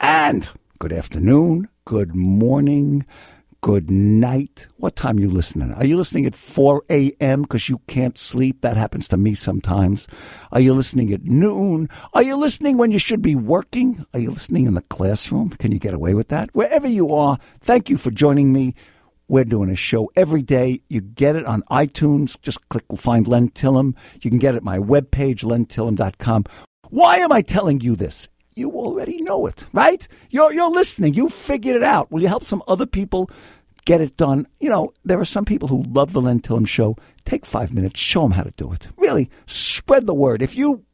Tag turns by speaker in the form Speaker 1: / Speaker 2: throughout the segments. Speaker 1: and good afternoon, good morning, good night. What time you listening? Are you listening at 4 a.m. because you can't sleep? That happens to me sometimes. Are you listening at noon? Are you listening when you should be working? Are you listening in the classroom? Can you get away with that? Wherever you are, thank you for joining me. We're doing a show every day. You get it on iTunes. Just click find Len Tillum. You can get it at my webpage, lentillum.com. Why am I telling you this? You already know it, right? You're, you're listening. You figured it out. Will you help some other people get it done? You know, there are some people who love the Len Tillum show. Take five minutes, show them how to do it. Really, spread the word. If you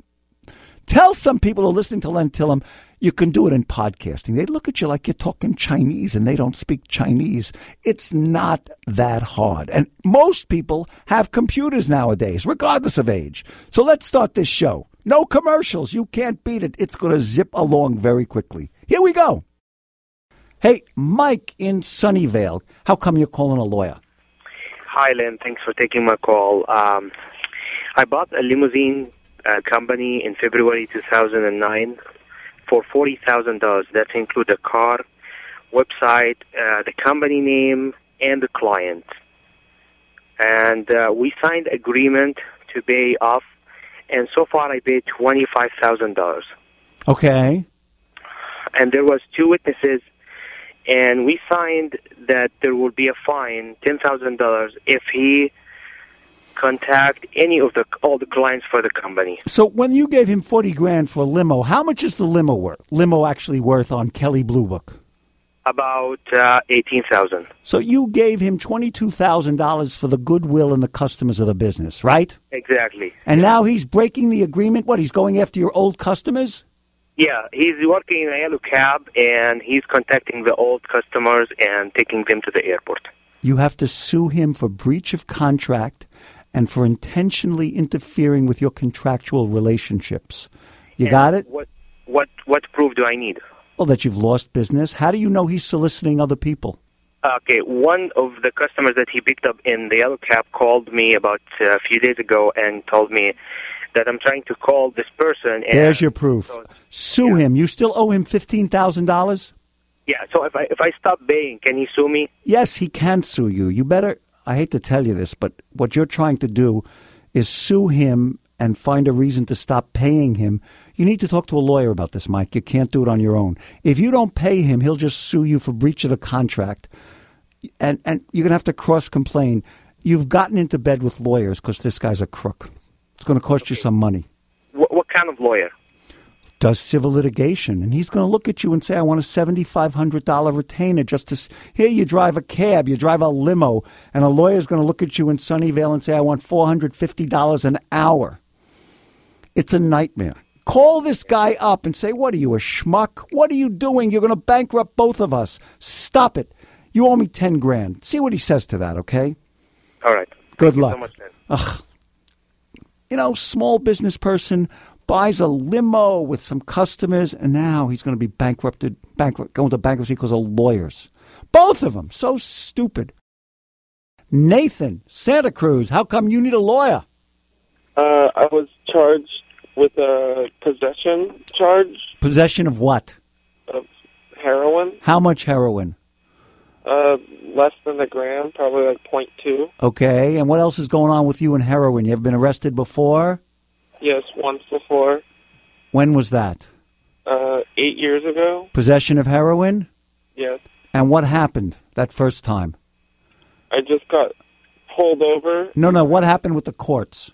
Speaker 1: Tell some people who are listening to Len Tillum, you can do it in podcasting. They look at you like you're talking Chinese and they don't speak Chinese. It's not that hard. And most people have computers nowadays, regardless of age. So let's start this show. No commercials. You can't beat it. It's going to zip along very quickly. Here we go. Hey, Mike in Sunnyvale, how come you're calling a lawyer?
Speaker 2: Hi, Lynn. Thanks for taking my call. Um, I bought a limousine uh, company in February 2009 for $40,000. That include the car, website, uh, the company name, and the client. And uh, we signed agreement to pay off, and so far I paid $25,000.
Speaker 1: Okay.
Speaker 2: And there was two witnesses, and we signed that there will be a fine, $10,000, if he contact any of the all the clients for the company.
Speaker 1: So when you gave him forty grand for a limo, how much is the limo worth? Limo actually worth on Kelly Blue Book.
Speaker 2: About uh, 18,000.
Speaker 1: So you gave him twenty two thousand dollars for the goodwill and the customers of the business, right?
Speaker 2: Exactly.
Speaker 1: And now he's breaking the agreement. What? He's going after your old customers?
Speaker 2: Yeah, he's working in a yellow cab and he's contacting the old customers and taking them to the airport.
Speaker 1: You have to sue him for breach of contract and for intentionally interfering with your contractual relationships. You got it?
Speaker 2: What what what proof do I need?
Speaker 1: Well, that you've lost business. How do you know he's soliciting other people?
Speaker 2: Okay, one of the customers that he picked up in the yellow cab called me about uh, a few days ago and told me that I'm trying to call this person. And
Speaker 1: There's your proof. Sue him. You still owe him fifteen thousand dollars.
Speaker 2: Yeah, so if I if I stop paying, can he sue me?
Speaker 1: Yes, he can sue you. You better, I hate to tell you this, but what you're trying to do is sue him and find a reason to stop paying him. You need to talk to a lawyer about this, Mike. You can't do it on your own. If you don't pay him, he'll just sue you for breach of the contract. And, and you're going to have to cross complain. You've gotten into bed with lawyers because this guy's a crook. It's going to cost you some money.
Speaker 2: What, what kind of lawyer?
Speaker 1: does civil litigation, and he's going to look at you and say, "I want a seventy-five hundred dollar retainer just to s- here." You drive a cab, you drive a limo, and a lawyer's going to look at you in Sunnyvale and say, "I want four hundred fifty dollars an hour." It's a nightmare. Call this guy up and say, What are you, a schmuck? What are you doing? You're going to bankrupt both of us. Stop it. You owe me 10 grand. See what he says to that, okay?
Speaker 2: All right.
Speaker 1: Good
Speaker 2: Thank
Speaker 1: luck.
Speaker 2: You, so much, Lynn.
Speaker 1: you know, small business person buys a limo with some customers, and now he's going to be bankrupted, bankrupt, going to bankruptcy because of lawyers. Both of them, so stupid. Nathan, Santa Cruz, how come you need a lawyer?
Speaker 3: Uh, I was charged with a possession charge
Speaker 1: Possession of what?
Speaker 3: of heroin,
Speaker 1: How much heroin?
Speaker 3: uh, less than a gram, probably like point two.
Speaker 1: Okay, and what else is going on with you and heroin? You ever been arrested before?
Speaker 3: Yes, once before,
Speaker 1: When was that?
Speaker 3: uh, eight years ago.
Speaker 1: Possession of heroin?
Speaker 3: Yes,
Speaker 1: And what happened that first time?
Speaker 3: I just got pulled over.
Speaker 1: No, no, what happened with the courts?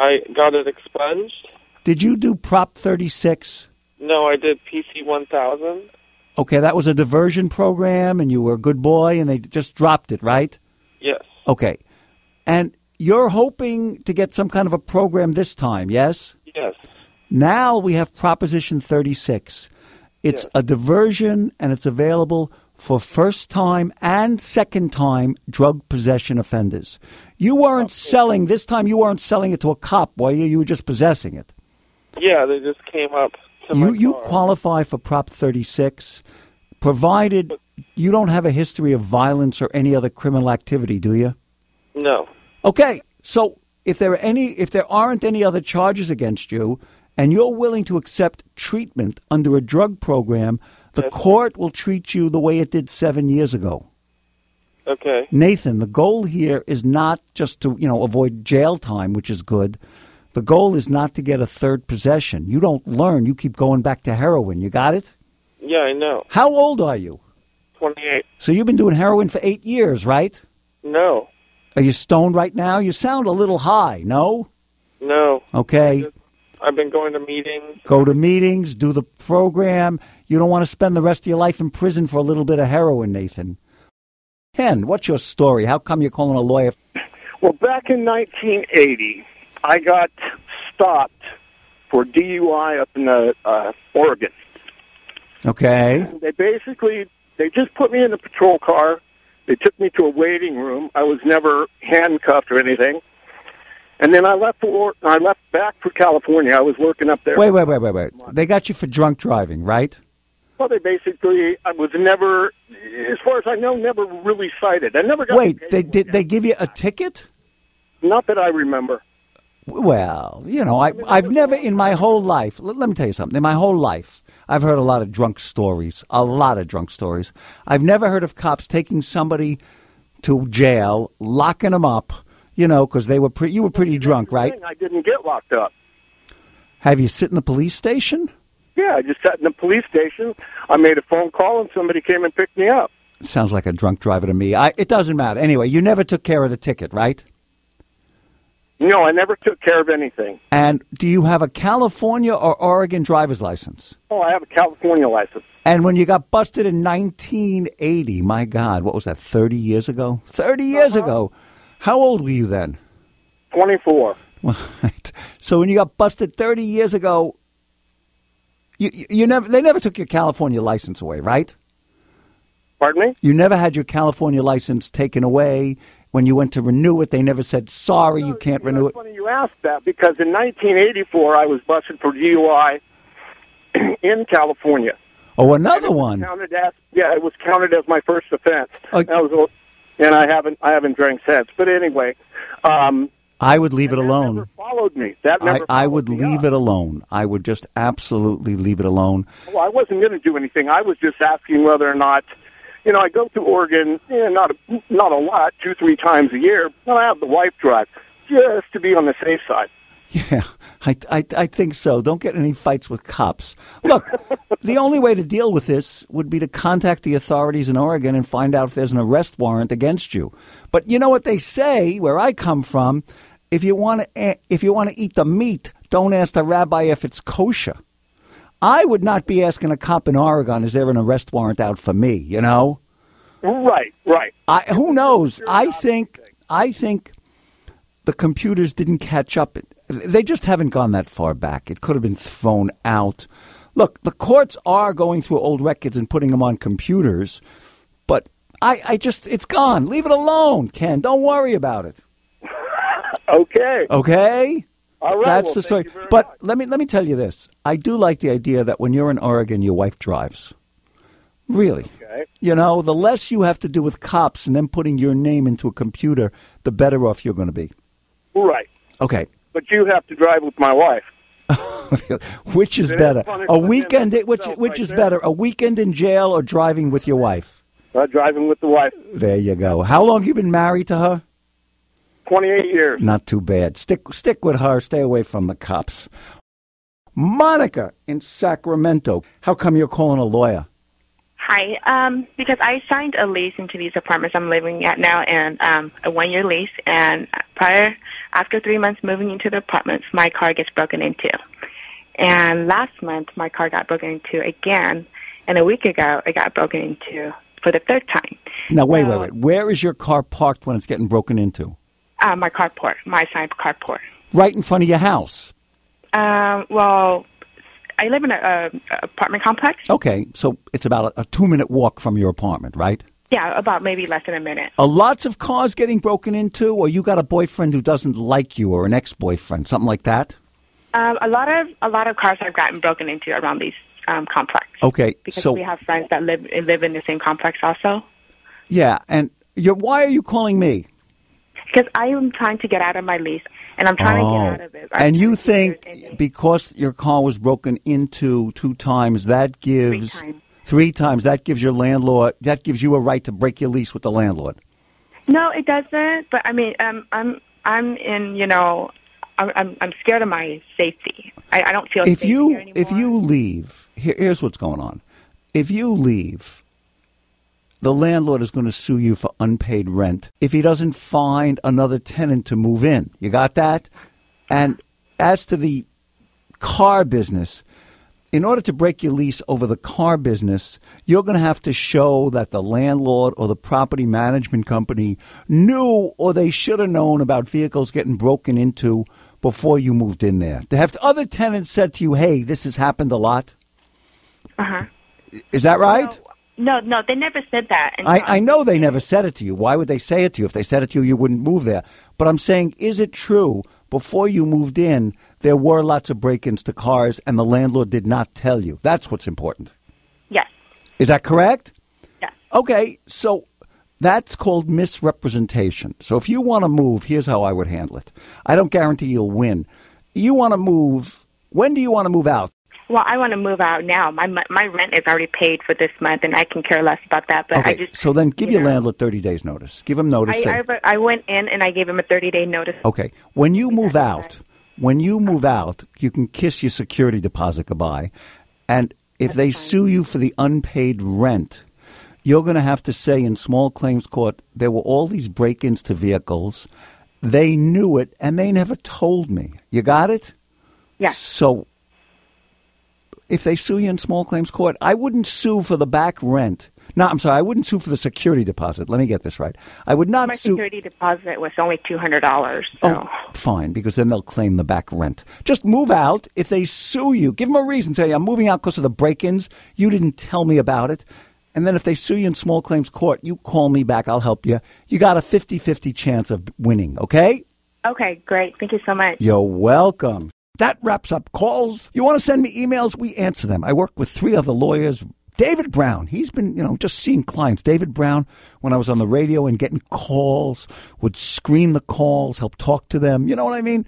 Speaker 3: I got it expunged.
Speaker 1: Did you do Prop 36?
Speaker 3: No, I did PC one thousand.
Speaker 1: Okay, that was a diversion program, and you were a good boy, and they just dropped it, right?
Speaker 3: Yes,
Speaker 1: Okay. And you're hoping to get some kind of a program this time, yes?
Speaker 3: yes,
Speaker 1: Now we have Proposition 36. It's
Speaker 3: Yes.
Speaker 1: a diversion, and it's available for first time and second time drug possession offenders. You weren't selling, this time you weren't selling it to a cop, were you? You were just possessing it.
Speaker 3: yeah. They just came up to
Speaker 1: You,
Speaker 3: my
Speaker 1: you
Speaker 3: car.
Speaker 1: qualify for Prop 36, provided you don't have a history of violence or any other criminal activity, do you?
Speaker 3: no,
Speaker 1: Okay, so if there are any, if there aren't any other charges against you, and you're willing to accept treatment under a drug program, the
Speaker 3: Yes.
Speaker 1: court will treat you the way it did seven years ago.
Speaker 3: Okay.
Speaker 1: Nathan, the goal here is not just to, you know, avoid jail time, which is good. The goal is not to get a third possession. You don't learn. You keep going back to heroin. You got it?
Speaker 3: Yeah, I know.
Speaker 1: How old are you?
Speaker 3: 28.
Speaker 1: So you've been doing heroin for eight years, right?
Speaker 3: No.
Speaker 1: Are you stoned right now? You sound a little high, no?
Speaker 3: No.
Speaker 1: Okay.
Speaker 3: I've been going to meetings.
Speaker 1: Go to meetings, do the program. You don't want to spend the rest of your life in prison for a little bit of heroin, Nathan. Ken, what's your story? How come you're calling a lawyer?
Speaker 2: Well, back in 1980, I got stopped for DUI up in uh, uh, Oregon.
Speaker 1: Okay.
Speaker 2: They basically they just put me in a patrol car. They took me to a waiting room. I was never handcuffed or anything. And then I left for I left back for California. I was working up there.
Speaker 1: Wait, wait, wait, wait, wait. They got you for drunk driving, right?
Speaker 2: Well, they basically I was never, as far as I know, never really cited. I never got.
Speaker 1: Wait,
Speaker 2: citation
Speaker 1: they
Speaker 2: with
Speaker 1: did
Speaker 2: that.
Speaker 1: they give you a ticket?
Speaker 2: Not that I remember.
Speaker 1: Well, you know, I, I've never in my whole life, let, let me tell you something, in my whole life, I've heard a lot of drunk stories, a lot of drunk stories. I've never heard of cops taking somebody to jail, locking them up, you know, because they were pre- you were pretty drunk, right?
Speaker 2: I didn't get locked up.
Speaker 1: Have you sit in the police station?
Speaker 2: Yeah, I just sat in the police station. I made a phone call, and somebody came and picked me up.
Speaker 1: Sounds like a drunk driver to me. I, it doesn't matter. Anyway, you never took care of the ticket, right?
Speaker 2: No, I never took care of anything.
Speaker 1: And do you have a California or Oregon driver's license?
Speaker 2: Oh, I have a California license.
Speaker 1: And when you got busted in 1980, my God, what was that, 30 years ago? 30 years
Speaker 2: Uh-huh.
Speaker 1: ago. How old were you then?
Speaker 2: 24.
Speaker 1: What? So when you got busted 30 years ago, you, you, you never, they never took your California license away, right?
Speaker 2: Pardon me?
Speaker 1: You never had your California license taken away. When you went to renew it, they never said, sorry, you can't
Speaker 2: You know,
Speaker 1: renew it.
Speaker 2: It's funny you asked that because in 1984, I was busted for DUI in California.
Speaker 1: Oh, another one.
Speaker 2: Counted as yeah, it was counted as my first offense.
Speaker 1: Oh.
Speaker 2: That was, and I haven't I haven't drank since. But anyway, um,
Speaker 1: I would leave it
Speaker 2: that
Speaker 1: alone.
Speaker 2: never followed me. That
Speaker 1: I,
Speaker 2: never. uh,
Speaker 1: I
Speaker 2: followed
Speaker 1: would
Speaker 2: me
Speaker 1: leave
Speaker 2: up.
Speaker 1: it alone. I would just absolutely leave it alone.
Speaker 2: Well, I wasn't going to do anything. I was just asking whether or not, you know, I go to Oregon, you know, not a, not a lot, two three times a year, but I have the wife drive just to be on the safe side.
Speaker 1: Yeah, I, I, I think so. Don't get in any fights with cops. Look, the only way to deal with this would be to contact the authorities in Oregon and find out if there's an arrest warrant against you. But you know what they say where I come from? If you want to, if you want to eat the meat, don't ask the rabbi if it's kosher. I would not be asking a cop in Oregon, is there an arrest warrant out for me? You know.
Speaker 2: Right, right.
Speaker 1: I who knows? I think I think the computers didn't catch up. They just haven't gone that far back. It could have been thrown out. Look, the courts are going through old records and putting them on computers, but I, I just it's gone. Leave it alone, Ken. Don't worry about it.
Speaker 2: Okay.
Speaker 1: Okay?
Speaker 2: All right.
Speaker 1: That's
Speaker 2: Well,
Speaker 1: the
Speaker 2: thank
Speaker 1: story.
Speaker 2: you very
Speaker 1: But
Speaker 2: much.
Speaker 1: let me let me tell you this. I do like the idea that when you're in Oregon, your wife drives. Really.
Speaker 2: Okay.
Speaker 1: You know, the less you have to do with cops and them putting your name into a computer, the better off you're going to be.
Speaker 2: Right.
Speaker 1: Okay.
Speaker 2: But you have to drive with my wife.
Speaker 1: which is
Speaker 2: It is
Speaker 1: better?
Speaker 2: funny for
Speaker 1: A
Speaker 2: them
Speaker 1: weekend
Speaker 2: itself
Speaker 1: which which
Speaker 2: right
Speaker 1: is
Speaker 2: there.
Speaker 1: better? A weekend in jail or driving with your wife?
Speaker 2: Uh, driving with the wife.
Speaker 1: There you go. How long you been married to her?
Speaker 2: 28 years.
Speaker 1: Not too bad. Stick stick with her. Stay away from the cops. Monica in Sacramento. How come you're calling a lawyer?
Speaker 4: Hi, um, because I signed a lease into these apartments I'm living at now, and um, a one-year lease. And prior, after three months moving into the apartments, my car gets broken into. And last month, my car got broken into again, and a week ago, it got broken into for the third time.
Speaker 1: Now wait, wait,
Speaker 4: Well-
Speaker 1: wait. Where is your car parked when it's getting broken into?
Speaker 4: Uh, my carport, my side carport.
Speaker 1: Right in front of your house.
Speaker 4: Um, well, I live in a, a apartment complex.
Speaker 1: Okay, so it's about a, a two minute walk from your apartment, right?
Speaker 4: Yeah, about maybe less than a minute.
Speaker 1: Are lots of cars getting broken into, or you got a boyfriend who doesn't like you, or an ex boyfriend, something like that?
Speaker 4: Um, a lot of a lot of cars have gotten broken into around these um, complex.
Speaker 1: Okay,
Speaker 4: because
Speaker 1: so
Speaker 4: we have friends that live live in the same complex also.
Speaker 1: yeah, and you're, why are you calling me?
Speaker 4: because I am trying to get out of my lease and I'm trying to get out of it. I
Speaker 1: Oh. and you
Speaker 4: think there's
Speaker 1: think
Speaker 4: anything-
Speaker 1: because your car was broken into two times, that gives
Speaker 4: times.
Speaker 1: three times that gives your landlord that gives you a right to break your lease with the landlord.
Speaker 4: No, it doesn't. But I mean, um, I'm I'm in you know, I'm I'm, I'm scared of my safety. I, I don't feel
Speaker 1: if
Speaker 4: safe
Speaker 1: you
Speaker 4: here anymore.
Speaker 1: if you leave here, here's what's going on if you leave the landlord is going to sue you for unpaid rent if he doesn't find another tenant to move in you got that and as to the car business in order to break your lease over the car business, you're going to have to show that the landlord or the property management company knew or they should have known about vehicles getting broken into before you moved in there. To have other tenants said to you, "Hey, this has happened a lot." Uh huh. Is that right?
Speaker 4: no, no, they never said that. And
Speaker 1: I, I know they never said it to you. Why would they say it to you? If they said it to you, you wouldn't move there. But I'm saying, is it true? Before you moved in, there were lots of break ins to cars, and the landlord did not tell you. That's what's important.
Speaker 4: Yes,
Speaker 1: Is that correct?
Speaker 4: yes.
Speaker 1: Okay, so that's called misrepresentation. So if you want to move, here's how I would handle it. I don't guarantee you'll win. You want to move. When do you want to move out?
Speaker 4: Well, I want to move out now. My mon- my rent is already paid for this month, and I can care less about that. But I
Speaker 1: Okay,
Speaker 4: just
Speaker 1: so then give
Speaker 4: you
Speaker 1: your
Speaker 4: know,
Speaker 1: landlord 30 days notice. Give him notice.
Speaker 4: I,
Speaker 1: say- Oh,
Speaker 4: I re- I went in and I gave him a thirty day notice.
Speaker 1: Okay. When you move out, when you move out, you can kiss your security deposit goodbye. And if they sue you for the unpaid rent, you're going to have to say in small claims court, there were all these break ins to vehicles. They knew it and they never told me. You got it?
Speaker 4: Yes,
Speaker 1: So if they sue you in small claims court, I wouldn't sue for the back rent. No, I'm sorry. I wouldn't sue for the security deposit. Let me get this right. I would not
Speaker 4: my
Speaker 1: sue.
Speaker 4: security deposit was only two hundred dollars. So.
Speaker 1: Oh, fine, because then they'll claim the back rent. Just move out. If they sue you, give them a reason. Say, I'm moving out because of the break ins. You didn't tell me about it. And then if they sue you in small claims court, you call me back. I'll help you. You got a 50 50 chance of winning, okay?
Speaker 4: Okay, great. Thank you so much.
Speaker 1: You're welcome. That wraps up calls. You want to send me emails? We answer them. I work with three other lawyers. David Brown, he's been, you know, just seeing clients. David Brown, when I was on the radio and getting calls, would screen the calls, help talk to them. You know what I mean?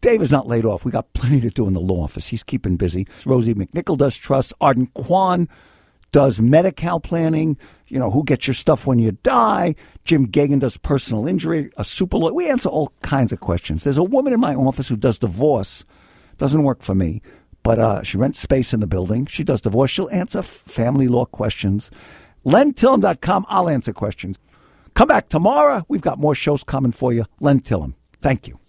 Speaker 1: Dave is not laid off. We got plenty to do in the law office. He's keeping busy. Rosie McNichol does trust. Arden Kwan does Medi-Cal planning. You know, who gets your stuff when you die? Jim Gagan does personal injury. A super lawyer. We answer all kinds of questions. There's a woman in my office who does divorce. Doesn't work for me, but uh, she rents space in the building. She does divorce. She'll answer f- family law questions. LenTillum.com. I'll answer questions. Come back tomorrow. We've got more shows coming for you. Len Tillum. Thank you.